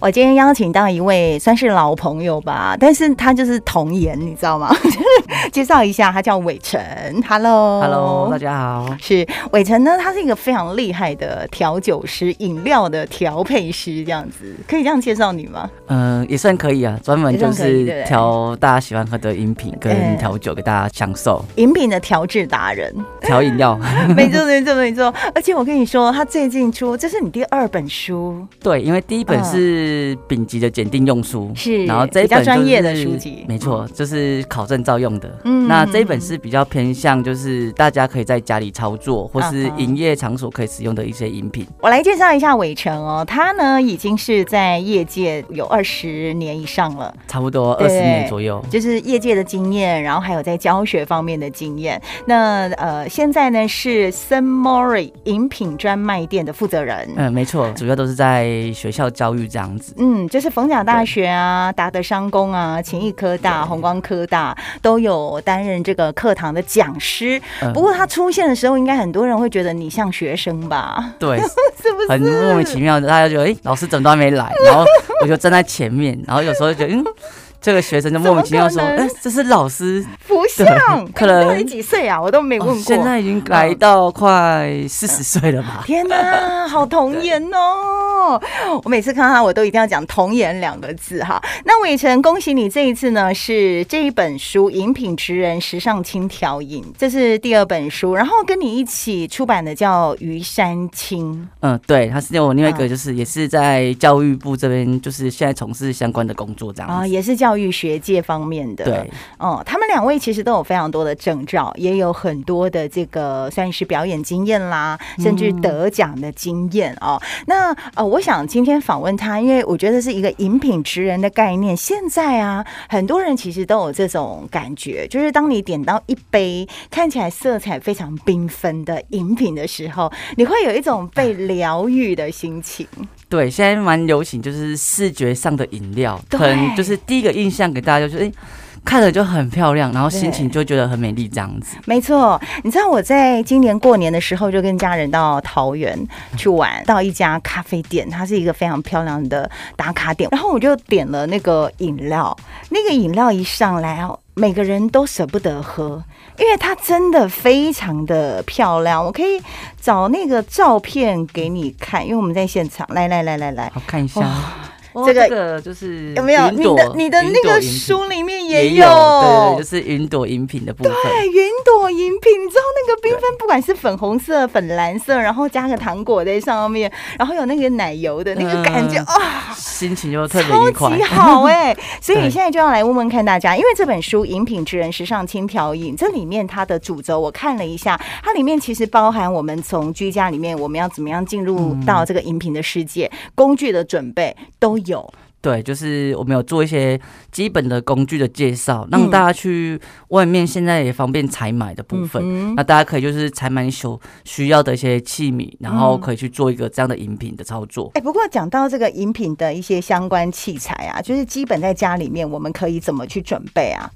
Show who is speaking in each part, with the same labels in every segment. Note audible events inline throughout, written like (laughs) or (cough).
Speaker 1: 我今天邀请到一位算是老朋友吧，但是他就是童颜，你知道吗？ (laughs) 介绍一下，他叫伟成。Hello，Hello，
Speaker 2: 大家好。
Speaker 1: 是伟成呢，他是一个非常厉害的调酒师，饮料的调配师，这样子可以这样介绍你吗？
Speaker 2: 嗯、也算可以啊，专门就
Speaker 1: 也算可以对
Speaker 2: 是
Speaker 1: 不对
Speaker 2: 调大家喜欢喝的饮品
Speaker 1: 哎
Speaker 2: 跟调酒给大家享受，
Speaker 1: 饮品的调制达人， (laughs)
Speaker 2: 调饮料。
Speaker 1: 没错，没错，没错。而且我跟你说，他最近出，这是你第二本书，
Speaker 2: (laughs) 对，因为第一本
Speaker 1: 嗯
Speaker 2: 是丙级的检定用书，
Speaker 1: 是
Speaker 2: 然后这一
Speaker 1: 比较
Speaker 2: 本
Speaker 1: 专
Speaker 2: 就是
Speaker 1: 业的书籍
Speaker 2: 没错，就是考证照用的。
Speaker 1: 嗯
Speaker 2: 那这一本是比较偏向就是大家可以在家里操作或
Speaker 1: 啊
Speaker 2: 是营业场所可以使用的一些饮品。
Speaker 1: 我来介绍一下伟成哦，他呢已经是在业界有二十年以上了，
Speaker 2: 差不多
Speaker 1: 对
Speaker 2: 二十年左右。
Speaker 1: 就是业界的经验，然后还有在教学方面的经验。那呃，现在呢是 s a n Mori 饮品专卖店的负责人。
Speaker 2: 嗯，没错，主要都是在学校教育这样子。
Speaker 1: 嗯，就是逢甲大学啊、达德商工啊、勤益科大、红光科大都有担任这个课堂的讲师。
Speaker 2: 嗯
Speaker 1: 不过他出现的时候，应该很多人会觉得你像学生吧？(laughs)
Speaker 2: 对，
Speaker 1: 是不是？
Speaker 2: 很莫名其妙的，大家觉得哎、诶老师怎么都还没来？然后我就站在前面，然后有时候就觉得嗯， (laughs) 这个学生就莫名其妙
Speaker 1: 怎
Speaker 2: 说，
Speaker 1: 么可能
Speaker 2: 哎、这是老师，
Speaker 1: 不像，
Speaker 2: (laughs) 可能
Speaker 1: 你到底几岁啊？我都没问过。嗯
Speaker 2: 哦现在已经来到快四十岁了吧？
Speaker 1: 天哪，好童颜哦！我每次看到他，我都一定要讲“童颜”两个字哈。那伟成，恭喜你这一次呢是这一本书《饮品职人时尚轻调饮》，这是第二本书，然后跟你一起出版的叫《于山青
Speaker 2: (laughs) 嗯，对，他是我另外一
Speaker 1: 啊
Speaker 2: 个，就是也是在教育部这边，就是现在从事相关的工作这》样
Speaker 1: 啊，
Speaker 2: 子。
Speaker 1: 也是教育学界方面的。
Speaker 2: 嗯对，
Speaker 1: 哦，他们两位其实都有非常多的证照，也有很多的这个算是表演经验啦，甚至得奖的经验哦。那呃，我想今天访问他，因为我觉得是一个饮品职人的概念。现在啊，很多人其实都有这种感觉，就是当你点到一杯看起来色彩非常缤纷的饮品的时候，你会有一种被疗愈的心情。
Speaker 2: 对，现在蛮流行，就是视觉上的饮料，
Speaker 1: 对
Speaker 2: 可能就是第一个印象给大家就是，哎、看着就很漂亮，然后心情就觉得很美丽这样子。
Speaker 1: 没错，你知道我在今年过年的时候就跟家人到桃园去玩，到一家咖啡店，它是一个非常漂亮的打卡点，然后我就点了那个饮料，那个饮料一上来哦。每个人都舍不得喝，因为它真的非常的漂亮。我可以找那个照片给你看，因为我们在现场。来来来来来，
Speaker 2: 好看一下
Speaker 1: 哇，
Speaker 2: 哦
Speaker 1: 这个
Speaker 2: 个就是
Speaker 1: 有没有？
Speaker 2: 云
Speaker 1: 你
Speaker 2: 朵
Speaker 1: 的你的
Speaker 2: 云
Speaker 1: 那
Speaker 2: 朵
Speaker 1: 个
Speaker 2: 饮品
Speaker 1: 书里面
Speaker 2: 也
Speaker 1: 有，
Speaker 2: 对对，就是云朵饮品的部分。
Speaker 1: 对，哎云朵饮品，你知道那个缤纷，不管是粉红色、粉蓝色，然后加个糖果在上面，然后有那个奶油的那个感觉，
Speaker 2: 嗯
Speaker 1: 啊、
Speaker 2: 心情就特别
Speaker 1: 超
Speaker 2: 愉快
Speaker 1: 级。好哎、
Speaker 2: (laughs)
Speaker 1: 所以
Speaker 2: 对
Speaker 1: 现在就要来问问看大家，因为这本书《饮品之人：时尚轻调饮》，这里面它的主轴我看了一下，它里面其实包含我们从居家里面我们要怎么样进入
Speaker 2: 嗯
Speaker 1: 到这个饮品的世界，工具的准备都有。
Speaker 2: 对，就是我们有做一些基本的工具的介
Speaker 1: 嗯
Speaker 2: 绍，让大家去外面现在也方便采买的部分。
Speaker 1: 嗯哼
Speaker 2: 那大家可以就是采买你所需要的一些器皿，然后可以去做一个这样的饮品的操作。
Speaker 1: 哎、不过讲到这个饮品的一些相关器材啊，就是基本在家里面我们可以怎么去准备啊？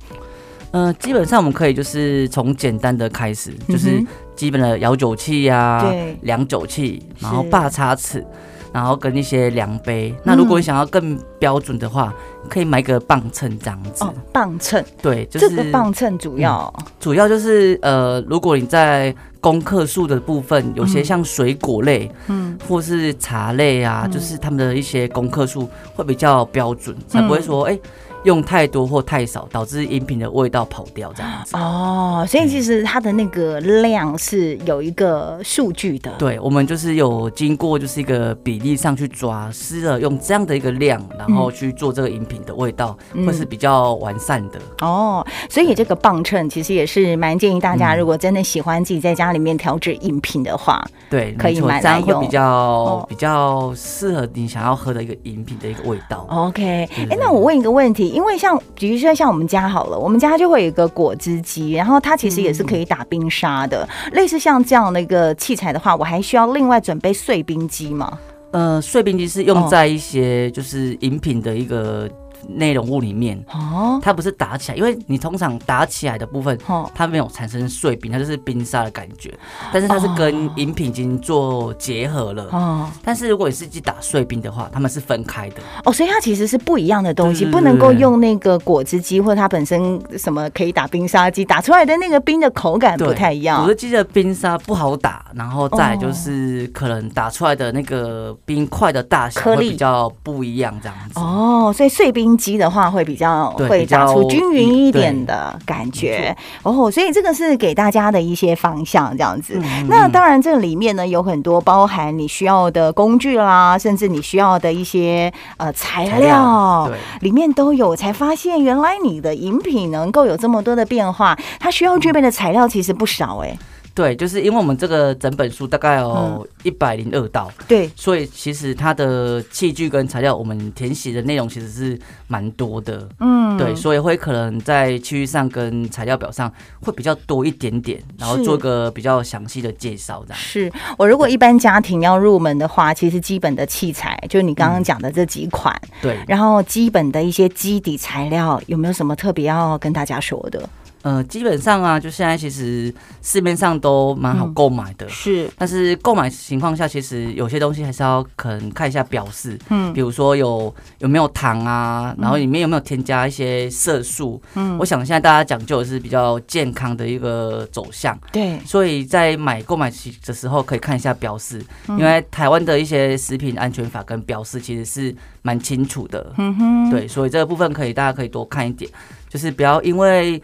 Speaker 2: 嗯、基本上我们可以就是从简单的开始，就是
Speaker 1: 嗯
Speaker 2: 基本的摇酒器啊呀、
Speaker 1: 对
Speaker 2: 量酒器，然后
Speaker 1: 是嗯
Speaker 2: 把叉尺，然后跟一些量杯。那如果你想要更标准的话，可以买个磅秤这样子。
Speaker 1: 哦，磅秤，
Speaker 2: 对，就是
Speaker 1: 这个磅秤主要、
Speaker 2: 主要就是呃，如果你在功课数的部分，有
Speaker 1: 嗯
Speaker 2: 些像水果类，嗯，或是茶类啊，
Speaker 1: 嗯
Speaker 2: 就是他们的一些功课数会比较标准，才
Speaker 1: 嗯
Speaker 2: 不会说哎、用太多或太少，导致饮品的味道跑掉这样子。
Speaker 1: 哦，所以其实它的那个量是有一个数据的。
Speaker 2: 对，我们就是有经过就是一个比例上去抓，试着用这样的一个量，然
Speaker 1: 嗯
Speaker 2: 后去做这个饮品的味道，会是比较完善的。
Speaker 1: 哦，所以这个磅秤其实也是蛮建议大
Speaker 2: 嗯
Speaker 1: 家，如果真的喜欢自己在家里面调制饮品的话，
Speaker 2: 对，
Speaker 1: 可以
Speaker 2: 没错
Speaker 1: 买
Speaker 2: 这样
Speaker 1: 来
Speaker 2: 会
Speaker 1: 用
Speaker 2: 比较、
Speaker 1: 哦
Speaker 2: 比较适合你想要喝的一个饮品的一个味道。
Speaker 1: OK，哎、
Speaker 2: 对对
Speaker 1: 那我问一个问题，因为像比如说像我们家好了，我们家就会有一个果汁机，然后它其实也
Speaker 2: 嗯
Speaker 1: 是可以打冰沙的，类似像这样的一个器材的话，我还需要另外准备碎冰机吗？哦
Speaker 2: 呃，碎冰机是用在一些就是饮品的一个内容物里面，
Speaker 1: 哦，
Speaker 2: 它不是打起来，因为你通常打起来的部分，
Speaker 1: 哦，
Speaker 2: 它没有产生碎冰，它就是冰沙的感觉，但是它是跟饮品已经做结合了。
Speaker 1: 哦，
Speaker 2: 但是如果你是去打碎冰的话，它们是分开的。
Speaker 1: 哦，所以它其实是不一样的东西，
Speaker 2: 对对
Speaker 1: 不能够用那个果汁机或它本身什么可以打冰沙机打出来的那个冰的口感不
Speaker 2: 对
Speaker 1: 太一样
Speaker 2: 我。就记得冰沙不好打，然后再来就是可能打出来的那个冰块的大小
Speaker 1: 颗
Speaker 2: 会
Speaker 1: 粒
Speaker 2: 比较不一样，这样子。
Speaker 1: 哦，所以碎冰机的话会比较
Speaker 2: 对
Speaker 1: 会
Speaker 2: 比较
Speaker 1: 打出均匀一点的感觉哦，所以这个是给大家的一些方向这样
Speaker 2: 嗯
Speaker 1: 子。那当然，这里面呢有很多包含你需要的工具啦，甚至你需要的一些呃材
Speaker 2: 材料
Speaker 1: 料
Speaker 2: 对，
Speaker 1: 里面都有。才发现原来你的饮品能够有这么多的变化，它需要具备的材料其实不少哎、
Speaker 2: 对，就是因为我们这个整本书大概有
Speaker 1: 嗯
Speaker 2: 一百零二道，
Speaker 1: 对，
Speaker 2: 所以其实它的器具跟材料，我们填写的内容其实是蛮多的。
Speaker 1: 嗯，
Speaker 2: 对，所以会可能在区域上跟材料表上会比较多一点点，然后
Speaker 1: 是
Speaker 2: 做个比较详细的介绍，这样。
Speaker 1: 是我如果一般家庭要入门的话，其实基本的器材就你刚刚讲的这几款，
Speaker 2: 对，
Speaker 1: 然后基本的一些基底材料有没有什么特别要跟大家说的？
Speaker 2: 呃，基本上啊，就现在其实市面上都蛮好购买的，
Speaker 1: 是，
Speaker 2: 但是购买情况下，其实有些东西还是要可能看一下标示，
Speaker 1: 嗯
Speaker 2: 比如说有有没有糖啊，然后里面有没有添加一些色素。
Speaker 1: 嗯
Speaker 2: 我，想现在大家讲究的是比较健康的一个走向，
Speaker 1: 对，
Speaker 2: 所以在买购买期的时候可以看一下标示，
Speaker 1: 嗯
Speaker 2: 因为台湾的一些食品安全法跟标示其实是蛮清楚的。
Speaker 1: 嗯哼，
Speaker 2: 对，所以这个部分可以大家可以多看一点，就是不要因为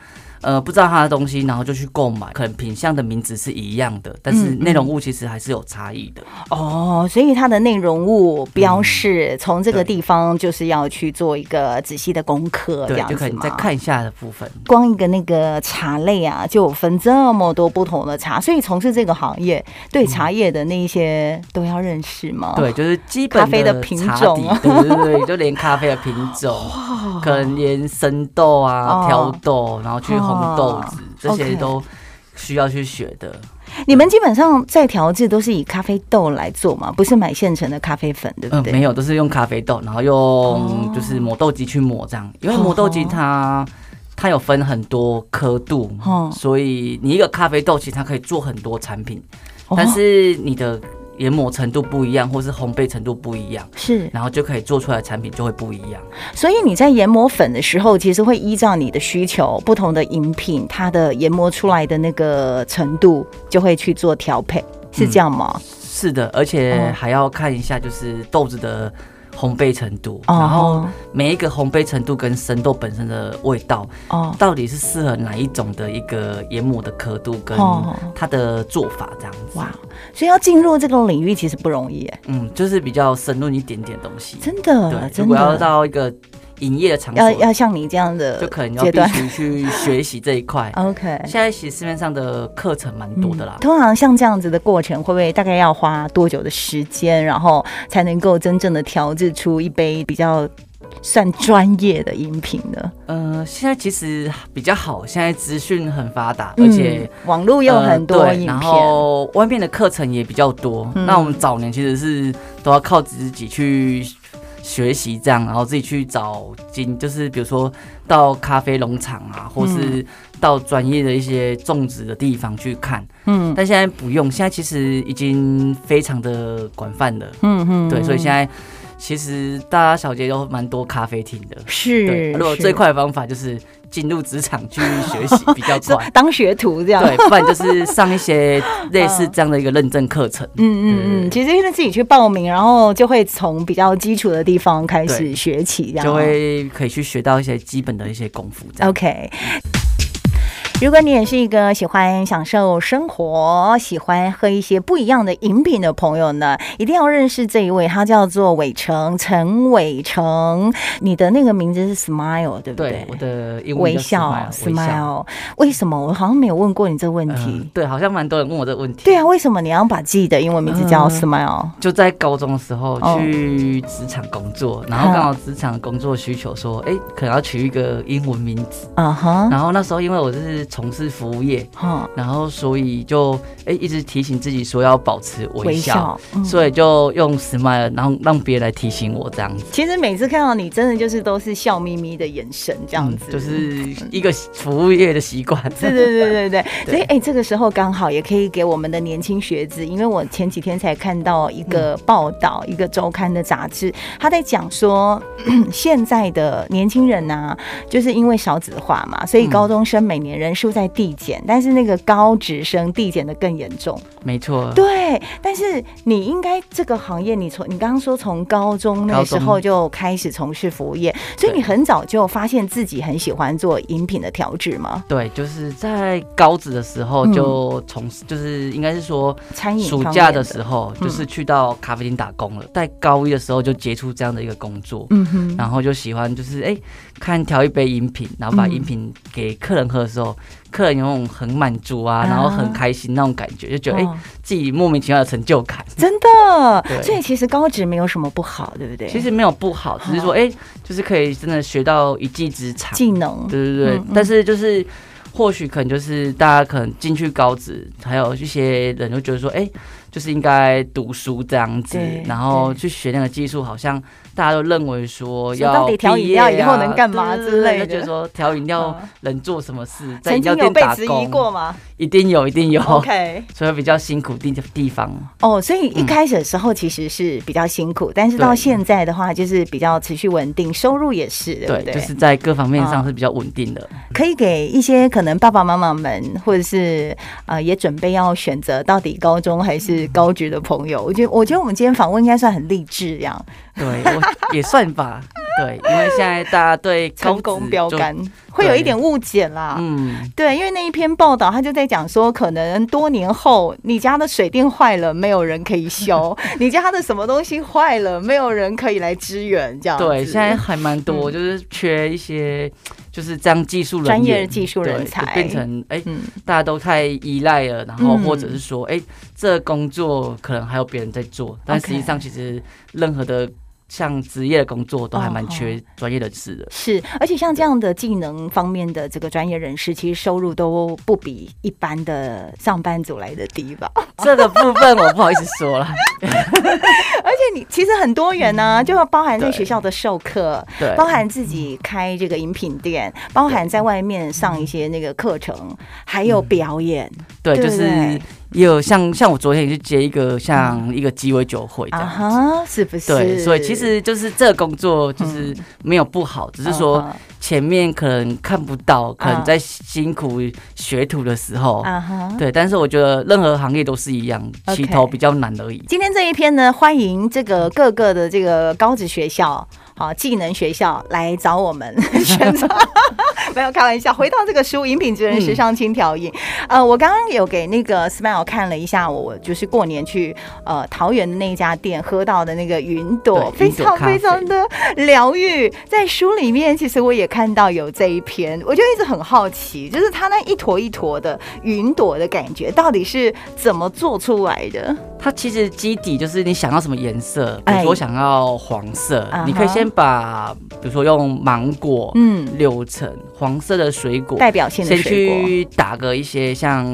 Speaker 2: 呃不知道它的东西，然后就去购买，可能品相的名字是一样的，但是
Speaker 1: 嗯嗯
Speaker 2: 内容物其实还是有差异的。
Speaker 1: 哦，所以它的内容物标示从这个
Speaker 2: 对
Speaker 1: 地方就是要去做一个仔细的功课，这
Speaker 2: 对，
Speaker 1: 样
Speaker 2: 就可
Speaker 1: 子
Speaker 2: 能再
Speaker 1: 吗？
Speaker 2: 看一下的部分。
Speaker 1: 光一个那个茶类啊，就有分这么多不同的茶，所以从事这个行业，对茶叶的那一些都要认识吗？
Speaker 2: 对，就是基
Speaker 1: 咖
Speaker 2: 本
Speaker 1: 啡的品
Speaker 2: 茶
Speaker 1: 种
Speaker 2: 底
Speaker 1: 啊
Speaker 2: 对对对，就连咖啡的品种，可能连生豆
Speaker 1: 哦
Speaker 2: 啊、挑豆，然后去烘豆
Speaker 1: 哦
Speaker 2: 子，这些
Speaker 1: OK
Speaker 2: 都需要去学的。
Speaker 1: 你们基本上在调制都是以咖啡豆来做嘛，不是买现成的咖啡粉，对不
Speaker 2: 嗯，
Speaker 1: 对？
Speaker 2: 没有，都是用咖啡豆，然后
Speaker 1: 哦
Speaker 2: 用就是磨豆机去磨这样，因为磨豆机它它有分很多刻度
Speaker 1: 哦，
Speaker 2: 所以你一个咖啡豆其实它可以做很多产品，
Speaker 1: 哦
Speaker 2: 但是你的研磨程度不一样，或是烘焙程度不一样，
Speaker 1: 是，
Speaker 2: 然后就可以做出来的产品就会不一样。
Speaker 1: 所以你在研磨粉的时候，其实会依照你的需求，不同的饮品，它的研磨出来的那个程度，就会去做调配，是这样吗？
Speaker 2: 是的，而
Speaker 1: 哦
Speaker 2: 且还要看一下就是豆子的烘焙程度，
Speaker 1: 哦
Speaker 2: 嗯然后每一个烘焙程度跟生豆本身的味道
Speaker 1: 哦，
Speaker 2: 到底是适合哪一种的一个研磨的刻度跟
Speaker 1: 哦
Speaker 2: 它的做法这样子。
Speaker 1: 哇，所以要进入这个领域其实不容易耶，
Speaker 2: 嗯，就是比较深入一点点的东西。
Speaker 1: 真的，
Speaker 2: 对，
Speaker 1: 真
Speaker 2: 如果要
Speaker 1: 的，
Speaker 2: 到一个营业的场
Speaker 1: 要
Speaker 2: 所，
Speaker 1: 要像你这样
Speaker 2: 就
Speaker 1: 的
Speaker 2: 可能
Speaker 1: 阶
Speaker 2: 要必
Speaker 1: 段哦
Speaker 2: 须去学习这
Speaker 1: (laughs)
Speaker 2: 一块。
Speaker 1: ，OK。
Speaker 2: 现在其实市面上的课程蛮多的啦
Speaker 1: 嗯。通常像这样子的过程，会不会大概要花多久的时间，然后才能够真正的调制出一杯比较算专业的饮品呢？
Speaker 2: 呃，现在其实比较好，现在资讯很发达，
Speaker 1: 嗯
Speaker 2: 而且
Speaker 1: 网络有很多
Speaker 2: 呃对
Speaker 1: 影
Speaker 2: 然
Speaker 1: 片，
Speaker 2: 后外面的课程也比较多。
Speaker 1: 嗯
Speaker 2: 那我们早年其实是都要靠自己去学习，这样，然后自己去找经，就是比如说到咖啡农场啊，或
Speaker 1: 嗯
Speaker 2: 是到专业的一些种植的地方去看。
Speaker 1: 嗯
Speaker 2: 但现在不用，现在其实已经非常的广泛了。
Speaker 1: 嗯嗯
Speaker 2: 对，所以现
Speaker 1: 在
Speaker 2: 在其实大家小街都蛮多咖啡厅的。对，
Speaker 1: 是
Speaker 2: 如果
Speaker 1: 是
Speaker 2: 最快的方法就是进入职场去学习
Speaker 1: (laughs)
Speaker 2: 比较
Speaker 1: 说
Speaker 2: 快。
Speaker 1: 当学徒这样。
Speaker 2: 对，不然就是上
Speaker 1: (laughs)
Speaker 2: 一些类似这样的一个认证课程。
Speaker 1: 嗯嗯嗯，其实就是自己去报名，然后就会从比较基础的地方开始
Speaker 2: 对
Speaker 1: 学起，这样
Speaker 2: 就会可以去学到一些基本的一些功夫，这样。
Speaker 1: OK。如果你也是一个喜欢享受生活、喜欢喝一些不一样的饮品的朋友呢，一定要认识这一位，他叫做伟成，陈伟成。你的那个名字是 Smile，对不
Speaker 2: 对
Speaker 1: 对，？
Speaker 2: 我的英文
Speaker 1: 微
Speaker 2: 叫
Speaker 1: 笑
Speaker 2: smile，
Speaker 1: Smile，为什么我好像没有问过你这个问
Speaker 2: 微笑
Speaker 1: 题？
Speaker 2: 嗯对，好像蛮多人问我这个问题。
Speaker 1: 对啊，为什么你要把自己的英文名字叫
Speaker 2: 嗯
Speaker 1: Smile？、
Speaker 2: 就在高中的时候
Speaker 1: 哦
Speaker 2: 去职场工作，然后刚好职场工作需求说，哎、可能要取一个英文名字。
Speaker 1: 嗯哼，
Speaker 2: 然后那时候因为我是从事服务业，
Speaker 1: 嗯，
Speaker 2: 然后所以就哎、一直提醒自己说要保持微笑，
Speaker 1: 微笑嗯
Speaker 2: 所以就用 smile，然后让别人来提醒我这样子。
Speaker 1: 其实每次看到你，真的就是都是笑眯眯的眼神这样子，
Speaker 2: 嗯
Speaker 1: 嗯
Speaker 2: 就是一个服务业的习
Speaker 1: (laughs)
Speaker 2: 惯。(laughs)
Speaker 1: 对对对对对，所以哎、这个时候刚好也可以给我们的年轻学子，因为我前几天才看到一个报道，一个周刊的杂志，他在讲说 (clears throat) 现在的年轻人呐、就是因为少子化嘛，
Speaker 2: 嗯
Speaker 1: 所以高中生每年人数在递减，但是那个高职生递减的更严重。
Speaker 2: 没错。
Speaker 1: 对，但是你应该这个行业，你从你刚刚说从高中那个
Speaker 2: 高
Speaker 1: 时
Speaker 2: 中
Speaker 1: 候就开始从事服务业，所以
Speaker 2: 对
Speaker 1: 你很早就发现自己很喜欢做饮品的调制吗？
Speaker 2: 对，就是在高职的时候
Speaker 1: 嗯
Speaker 2: 就从事，就是应该是说
Speaker 1: 餐饮
Speaker 2: 暑
Speaker 1: 方
Speaker 2: 假
Speaker 1: 面
Speaker 2: 的时候，
Speaker 1: 嗯
Speaker 2: 就是去到咖啡厅打工了。在高一的时候就接触这样的一个工作，
Speaker 1: 嗯哼，
Speaker 2: 然后就喜欢就是哎、看调一杯饮品，然后把
Speaker 1: 嗯
Speaker 2: 饮品给客人喝的时候，客人有那种很满足啊，
Speaker 1: 啊
Speaker 2: 然后很开心那种感觉，就觉得哎、
Speaker 1: 哦
Speaker 2: 自己莫名其妙的成就感。
Speaker 1: 真的，
Speaker 2: 对
Speaker 1: 所以其实高职没有什么不好，对不对？
Speaker 2: 其实没有不好，只是说
Speaker 1: 哦
Speaker 2: 哎、就是可以真的学到一技之长。
Speaker 1: 技能，
Speaker 2: 对对对，
Speaker 1: 嗯嗯
Speaker 2: 但是就是或许可能就是大家可能进去高职，还有一些人就觉得说，哎、就是应该读书这样子
Speaker 1: 对，
Speaker 2: 然后
Speaker 1: 对
Speaker 2: 去学那个技术，好像大家都认为说
Speaker 1: 说
Speaker 2: 要、啊
Speaker 1: 到底调饮料以后能干嘛
Speaker 2: 对
Speaker 1: 之类
Speaker 2: 对
Speaker 1: 的
Speaker 2: 对就觉得说调饮料
Speaker 1: 嗯
Speaker 2: 能做什么事，
Speaker 1: 曾
Speaker 2: 在饮料
Speaker 1: 经有
Speaker 2: 店
Speaker 1: 被
Speaker 2: 打
Speaker 1: 质疑
Speaker 2: 工
Speaker 1: 过吗
Speaker 2: 一定有，一定有。
Speaker 1: ？OK，
Speaker 2: (laughs) 所以比较辛苦地地方，
Speaker 1: 哦，所以一开始的时候其实是比较辛苦，但是到
Speaker 2: 对
Speaker 1: 现在的话，就是比较持续稳定，收入也是，对不
Speaker 2: 对，
Speaker 1: 对？
Speaker 2: 就是在各方面上
Speaker 1: 嗯
Speaker 2: 是比较稳定的。
Speaker 1: 可以给一些可能爸爸妈妈们，或者是呃也准备要选择到底高中还是高职的朋友，我觉得我觉得我们今天访问应该算很励志这样，
Speaker 2: 对，我也算吧。对，因为现在大家对高
Speaker 1: 成功
Speaker 2: 职
Speaker 1: 标
Speaker 2: 就，
Speaker 1: 杆会有一点误解啦。
Speaker 2: 嗯，
Speaker 1: 对，因为那一篇报道，他就在讲说，可能多年后你家的水电坏了，没有人可以
Speaker 2: (laughs)
Speaker 1: 修；你家的什么东西坏了，没有人可以来支援，这样子。
Speaker 2: 对，现在还蛮多，就是缺一些就是这样技术人
Speaker 1: 嗯
Speaker 2: 员
Speaker 1: 专业技术人
Speaker 2: 对
Speaker 1: 才
Speaker 2: 就变成哎、
Speaker 1: 嗯，
Speaker 2: 大家都太依赖了，然后
Speaker 1: 嗯
Speaker 2: 或者是说哎、这工作可能还有别人在做，但
Speaker 1: OK
Speaker 2: 实际上其实任何的像职业的工作都还蛮
Speaker 1: 哦
Speaker 2: 缺专业人士的。
Speaker 1: 是，而且像这样的技能方面的这个专业人士，其实收入都不比一般的上班族来的低吧。 (laughs)
Speaker 2: 这个部分我不好意思说了，
Speaker 1: 而且你其实很多元呢、就包含在
Speaker 2: 对
Speaker 1: 学校的授课，
Speaker 2: 对，
Speaker 1: 包含自己开这个饮品店，包含在外面上一些那个课程，还
Speaker 2: 嗯
Speaker 1: 有表演。
Speaker 2: 对，
Speaker 1: 对
Speaker 2: 就
Speaker 1: 不
Speaker 2: 是
Speaker 1: 对嗯
Speaker 2: 也有像像我昨天也去接一个像一个鸡尾酒会这
Speaker 1: 啊
Speaker 2: 样子。
Speaker 1: 哈，是不是？
Speaker 2: 对，所以其实就是这个工作就是没有不好，只是说
Speaker 1: 嗯
Speaker 2: 前面可能看不到，可能在辛苦学徒的时候
Speaker 1: 哼，啊哈。
Speaker 2: 对。但是我觉得任何行业都是一样，
Speaker 1: OK
Speaker 2: 起头比较难而已。
Speaker 1: 今天这一篇呢，欢迎这个各个的这个高职学校、好、技能学校来找我
Speaker 2: (laughs)
Speaker 1: 们选择。 (laughs) 没有开玩笑，回到这个书《饮品之人
Speaker 2: 嗯
Speaker 1: 时尚轻调
Speaker 2: (laughs)
Speaker 1: 饮》呃，我刚刚有给那个 Smile 看了一下我，我就是过年去呃桃园的那一家店喝到的那个云朵，非
Speaker 2: 对云朵
Speaker 1: 常
Speaker 2: 咖啡
Speaker 1: 非常的疗愈。在书里面，其实我也看到有这一篇，我就一直很好奇，就是它那一坨一坨的云朵的感觉，到底是怎么做出来的？
Speaker 2: 它其实基底就是你想要什么颜色，比
Speaker 1: 哎
Speaker 2: 如说我想要黄色
Speaker 1: 啊哈，
Speaker 2: 你可以先把比如说用芒果、
Speaker 1: 嗯。
Speaker 2: 柳橙黄色的水果
Speaker 1: 代表性的
Speaker 2: 先
Speaker 1: 水果。
Speaker 2: 去打个一些像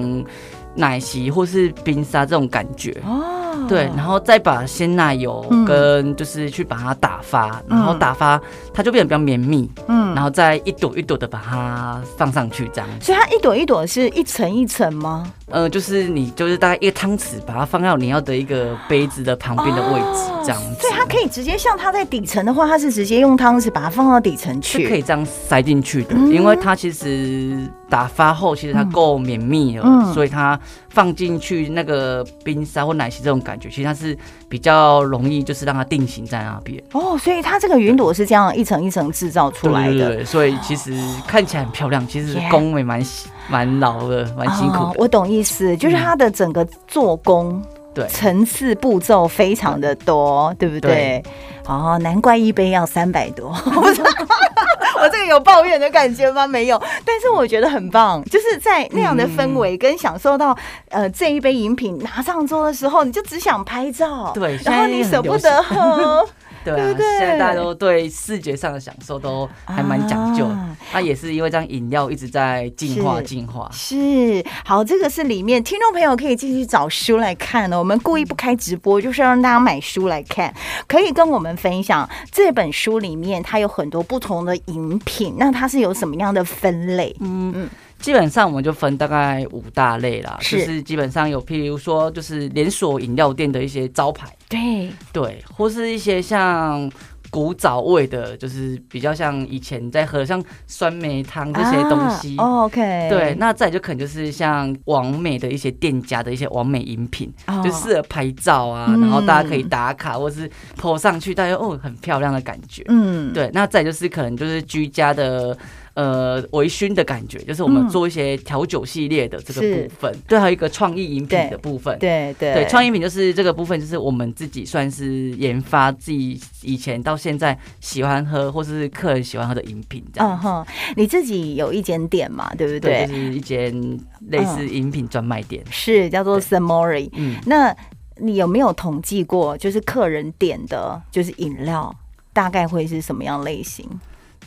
Speaker 2: 奶昔或是冰沙这种感觉。
Speaker 1: 哦
Speaker 2: 对，然后再把鲜奶油
Speaker 1: 嗯
Speaker 2: 跟就是去把它打发，然后
Speaker 1: 嗯
Speaker 2: 打发它就变得比较绵密，
Speaker 1: 嗯，
Speaker 2: 然后再一朵一朵的把它放上去，这样。
Speaker 1: 所以它一朵一朵是一层一层吗？
Speaker 2: 呃，就是你就是大概一个汤匙把它放到你要的一个杯子的旁边的位置，这样子。
Speaker 1: 哦所以它可以直接像它在底层的话，它是直接用汤匙把它放到底层
Speaker 2: 是可
Speaker 1: 去。
Speaker 2: 以这样塞进去的，
Speaker 1: 嗯
Speaker 2: 因为它其实打发后，其实它够绵密了，
Speaker 1: 嗯
Speaker 2: 所以它放进去那个冰沙或奶昔这种感觉，其实它是比较容易，就是让它定型在那边。
Speaker 1: 哦，所以它这个云朵是这样一层一层制造出来
Speaker 2: 对
Speaker 1: 的
Speaker 2: 对。对，所以其实看起来很漂亮，其实
Speaker 1: Yeah
Speaker 2: 工也蛮蛮劳的，蛮辛苦
Speaker 1: 哦
Speaker 2: 的。
Speaker 1: 我懂意思，就是它的整个做工。
Speaker 2: 对
Speaker 1: 层次步骤非常的多，对不对？哦，难怪一杯要三百多。 (laughs) 我这个有抱怨的感觉吗？没有，但是我觉得很棒，就是在那样的氛
Speaker 2: 嗯
Speaker 1: 围跟享受到、呃这一杯饮品拿上桌的时候，你就只想拍照，然
Speaker 2: 对
Speaker 1: 后
Speaker 2: 现在
Speaker 1: 你
Speaker 2: 很
Speaker 1: 舍不
Speaker 2: 流
Speaker 1: 得喝，
Speaker 2: 对
Speaker 1: 对
Speaker 2: 啊，
Speaker 1: 不对
Speaker 2: 现在大家都对视觉上的享受都还蛮讲究的
Speaker 1: 啊。
Speaker 2: 那、也是因为这样饮料一直在进化
Speaker 1: 是
Speaker 2: 进化。
Speaker 1: 是，好，这个是里面听众朋友可以继续找书来看哦。我们故意不开直播，就是要让大家买书来看，可以跟我们分享这本书里面它有很多不同的饮品，那它是有什么样的分类？
Speaker 2: 嗯基本上我们就分大概五大类啦，
Speaker 1: 是
Speaker 2: 就是基本上有譬如说就是连锁饮料店的一些招牌，
Speaker 1: 对，
Speaker 2: 对，或是一些像。古早味的，就是比较像以前在喝像酸梅汤这些东西，
Speaker 1: 啊哦 OK，
Speaker 2: 对，，那再就可能就是像完美的一些店家的一些完美饮品，
Speaker 1: 哦
Speaker 2: 就适合拍照啊，
Speaker 1: 嗯
Speaker 2: 然后大家可以打卡或是 po 上去，大家哦很漂亮的感觉。
Speaker 1: 嗯，
Speaker 2: 对，那再就是可能就是居家的。呃，微醺的感觉，就是我们
Speaker 1: 嗯
Speaker 2: 做一些调酒系列的这
Speaker 1: 是
Speaker 2: 个部分，对，还有一个创意饮
Speaker 1: 对
Speaker 2: 品的部分，
Speaker 1: 对对
Speaker 2: 对，创意品就是这个部分，就是我们自己算是研发自己以前到现在喜欢喝或是客人喜欢喝的饮品，这样
Speaker 1: 嗯哼，你自己有一间店嘛，对不
Speaker 2: 对，
Speaker 1: 对？嗯
Speaker 2: 就是一间类似饮品专卖店。
Speaker 1: 是叫做 Samori，
Speaker 2: 嗯，
Speaker 1: 那你有没有统计过，就是客人点的，就是饮料大概会是什么样类型？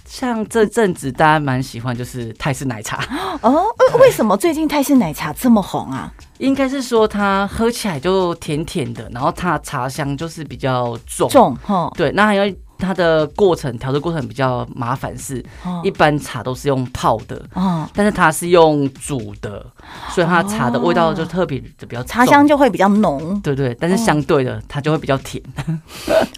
Speaker 2: 像这阵子大家蛮喜欢就是泰式奶茶，
Speaker 1: 哦，
Speaker 2: 哎
Speaker 1: 呃为什么最近泰式奶茶这么红啊？
Speaker 2: 应该是说它喝起来就甜甜的，然后它茶香就是比较重。
Speaker 1: 重哈，
Speaker 2: 对，那还有它的过程调制过程比较麻烦是，一般茶都是用泡的。
Speaker 1: 哦，
Speaker 2: 但是它是用煮的，所以它茶的味道就特别的比较重
Speaker 1: 茶香，就会哦比较浓
Speaker 2: 对对，但是相对的它就会比较甜。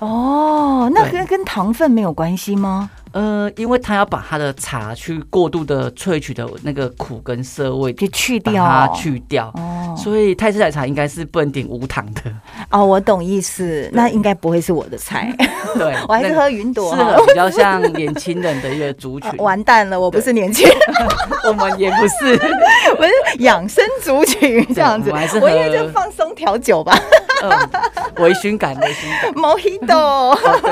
Speaker 1: 哦。那
Speaker 2: 对
Speaker 1: 跟跟糖分没有关系吗？
Speaker 2: 呃，因为它要把它的茶去过度的萃取的那个苦跟涩味
Speaker 1: 就去
Speaker 2: 把
Speaker 1: 掉
Speaker 2: 它去掉，
Speaker 1: 哦
Speaker 2: 所以泰式奶茶应该是不能点无糖的， (laughs)
Speaker 1: 哦，我懂意思，那应该不会是我的菜， (laughs)
Speaker 2: 对，
Speaker 1: 我还是
Speaker 2: 那个
Speaker 1: 喝云朵
Speaker 2: 适
Speaker 1: 哈。
Speaker 2: 合比较像年轻人的一个族
Speaker 1: (laughs)
Speaker 2: 群
Speaker 1: 呃，完蛋了，我不是年轻人，
Speaker 2: 我们也不是， (laughs)
Speaker 1: (laughs) 我是养生族群这样子，
Speaker 2: 我们还是
Speaker 1: 我应该
Speaker 2: 喝
Speaker 1: 就放松调酒
Speaker 2: (laughs)
Speaker 1: 吧 (laughs)
Speaker 2: 嗯，微醺感，微醺感
Speaker 1: ，Mojito。
Speaker 2: 哦对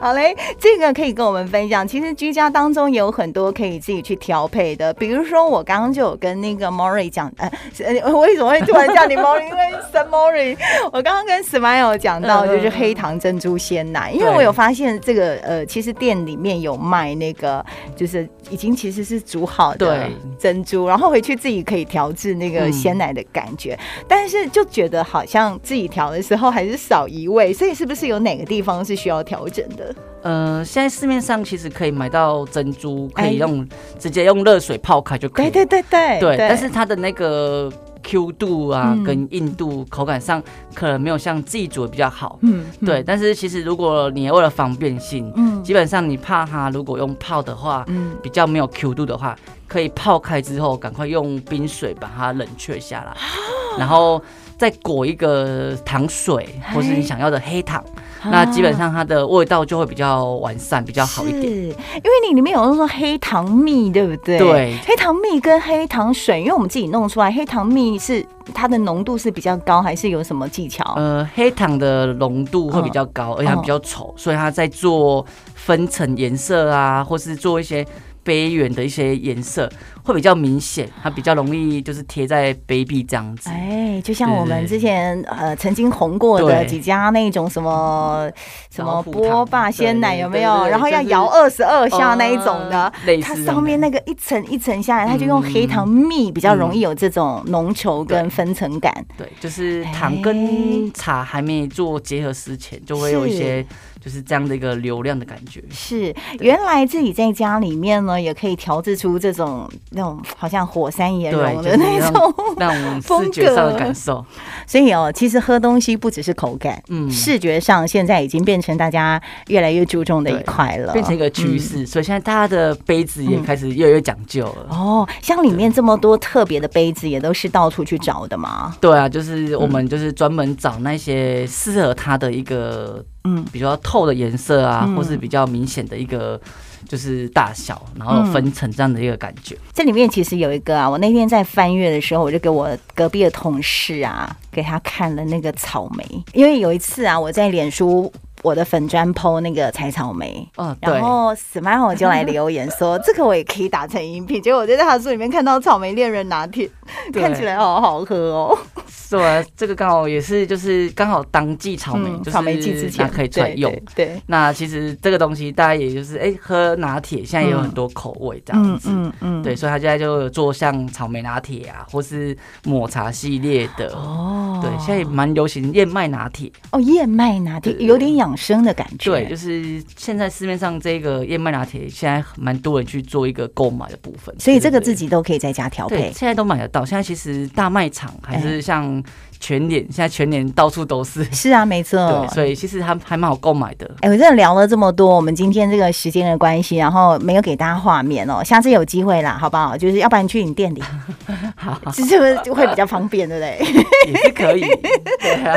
Speaker 1: (laughs)好嘞，这个可以跟我们分享。其实居家当中有很多可以自己去调配的，比如说我刚刚就有跟那个 Mori 讲，呃，是呃我为什么会突然叫你 Mori？因为 s Mori，我刚刚跟 Smile 讲到
Speaker 2: 嗯嗯
Speaker 1: 就是
Speaker 2: 嗯
Speaker 1: 黑糖珍珠鲜奶，因为
Speaker 2: 对
Speaker 1: 我有发现这个呃，其实店里面有卖那个，就是已经其实是煮好的
Speaker 2: 对
Speaker 1: 珍珠，然后回去自己可以调制那个
Speaker 2: 嗯
Speaker 1: 鲜奶的感觉，但是就觉得好像自己调的时候还是少一味，所以是不是有哪个地方是需要调整的？
Speaker 2: (laughs) 呃，现在市面上其实可以买到珍珠，可以用直接用热水泡开就可以
Speaker 1: 对
Speaker 2: 了，
Speaker 1: 对对对
Speaker 2: 对，但是它的那个 Q 度啊
Speaker 1: 嗯
Speaker 2: 跟硬度口感上可能没有像自己煮的比较好，
Speaker 1: 嗯，嗯
Speaker 2: 对，，但是其实如果你为了方便性，
Speaker 1: 嗯
Speaker 2: 基本上你怕它如果用泡的话，
Speaker 1: 嗯，
Speaker 2: 比较没有 Q 度的话，可以泡开之后赶快用冰水把它冷却下
Speaker 1: 啊
Speaker 2: 来，然后再裹一个糖水
Speaker 1: 哎
Speaker 2: 或是你想要的黑糖，
Speaker 1: 嗯
Speaker 2: 那基
Speaker 1: 啊
Speaker 2: 本上它的味道就会比较完善，比
Speaker 1: 比
Speaker 2: 较好一点。
Speaker 1: 因为你里面有说黑糖蜜，对不对？
Speaker 2: 对
Speaker 1: 黑糖蜜跟黑糖水，因为我们自己弄出来，黑糖蜜是它的浓度是比较高，还是有什么技巧？
Speaker 2: 呃，黑糖的浓度
Speaker 1: 嗯
Speaker 2: 会比较高，而且它比较稠，所以它在做分层颜色啊，或是做一些杯缘的一些颜色会比较明显，它比较容易就是贴在杯壁这样子。
Speaker 1: 哎，就像我们
Speaker 2: 是
Speaker 1: 之前呃曾经红过的
Speaker 2: 对
Speaker 1: 几家那种什么什么
Speaker 2: 老虎糖
Speaker 1: 波霸鲜奶
Speaker 2: 对
Speaker 1: 有没有？
Speaker 2: 对对
Speaker 1: 然后要
Speaker 2: 就是
Speaker 1: 摇二十二下那一种的
Speaker 2: 呃，类似
Speaker 1: 它
Speaker 2: 那种嗯
Speaker 1: 上面那个一层一层下来，它就用黑糖蜜比较容易有这种浓稠跟分层感。
Speaker 2: 对，就是
Speaker 1: 哎
Speaker 2: 糖跟茶还没做结合之前，就会有一些就是这样的一个流量的感觉。
Speaker 1: 是，原来自己在家里面呢，也可以调制出这种那种好像火山岩
Speaker 2: 对，
Speaker 1: 溶
Speaker 2: 就
Speaker 1: 的
Speaker 2: 是
Speaker 1: 那
Speaker 2: 让
Speaker 1: 种。
Speaker 2: 让
Speaker 1: 风
Speaker 2: 视觉上的
Speaker 1: 格
Speaker 2: 感受。
Speaker 1: (laughs) 所以哦，其实喝东西不只是口感，
Speaker 2: 嗯
Speaker 1: 视觉上现在已经变成大家越来越注重的一
Speaker 2: 对
Speaker 1: 块了，
Speaker 2: 变成一个趋势，所以现在大家的杯子也开始越来越讲究了。
Speaker 1: 哦，像里面这么多特别的杯子，也都是到处去找的嘛。
Speaker 2: 对啊，就是我们就是专门找那些适合它的一个，
Speaker 1: 嗯
Speaker 2: 嗯，比较透的颜色啊，
Speaker 1: 嗯
Speaker 2: 或是比较明显的一个就是大小，然后有分层这样的一个感觉。
Speaker 1: 这里面其实有一个啊，我那天在翻阅的时候，我就给我隔壁的同事啊，给他看了那个草莓，因为有一次啊，我在脸书。我的粉砖 PO 那个采草莓，
Speaker 2: 哦，
Speaker 1: 嗯
Speaker 2: 对
Speaker 1: 然，后 Smile 就来留言说这个我也可以打成饮品，结果我就在他的书里面看到草莓恋人拿铁，
Speaker 2: (laughs) 对
Speaker 1: 看起来好好喝哦。
Speaker 2: 是啊，这个刚好也是就是刚好当季草莓，就是
Speaker 1: 嗯草莓季之前
Speaker 2: 大家可以出来用。，
Speaker 1: 对对，
Speaker 2: 那其实这个东西大家也就是哎、喝拿铁现在也有很多口味这样子。
Speaker 1: 嗯嗯
Speaker 2: 对，所以他现在就有做像草莓拿铁啊，或是抹茶系列的，
Speaker 1: 哦
Speaker 2: 对，现在也蛮流行燕麦拿铁，
Speaker 1: 哦燕麦拿铁
Speaker 2: 对对
Speaker 1: 有点养生的感觉，
Speaker 2: 对，就是现在市面上这个燕麦拿铁，现在蛮多人去做一个购买的部分，
Speaker 1: 所以这个
Speaker 2: 对
Speaker 1: 自己都哦可以在家调
Speaker 2: 对对
Speaker 1: 配。
Speaker 2: 现在都买得到。现在其实大卖场还
Speaker 1: 哎
Speaker 2: 是像全联，现在全联到处都
Speaker 1: (laughs)
Speaker 2: 是，
Speaker 1: 是啊，没错
Speaker 2: 对，。所以其实还还蛮好购买的。
Speaker 1: 哎、我真的聊了这么多，我们今天这个时间的关系，然后没有给大家画面哦，下次有机会啦，好不好？就是要不然你去你店里，
Speaker 2: (laughs) 好，
Speaker 1: (laughs) 是是不是会比较方便，对不对？
Speaker 2: 也是
Speaker 1: (laughs)
Speaker 2: 可以。对啊，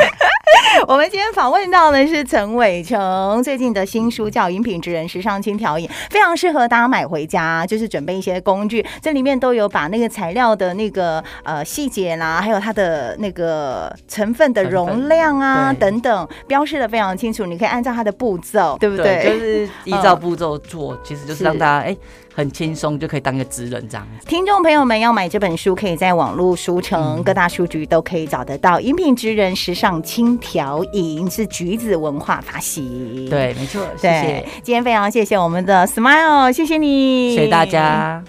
Speaker 1: 我们今天访问到的是陈伟成，最近的新书叫《饮品之人：时尚轻调饮》，非常适合大家买回家，就是准备一些工具，这里面都有把那个材料的那个呃细节啦，还有它的那个成分的
Speaker 2: 成分
Speaker 1: 容量啊
Speaker 2: 对
Speaker 1: 等等，标示的非常清楚，你可以按照它的步骤，对不对？
Speaker 2: 对，就是依照步骤做，其实就是让大家哎、很轻松就可以当一个职人这样子。
Speaker 1: 听众朋友们要买这本书，可以在网络书
Speaker 2: 嗯
Speaker 1: 城、各大书局都可以找得到。饮品之人时尚轻调饮是橘子文化发行。
Speaker 2: 对，没错，
Speaker 1: 嗯
Speaker 2: 谢
Speaker 1: 对
Speaker 2: 谢，
Speaker 1: 今天非常谢谢我们的 Smile，谢谢你，
Speaker 2: 谢谢大。家。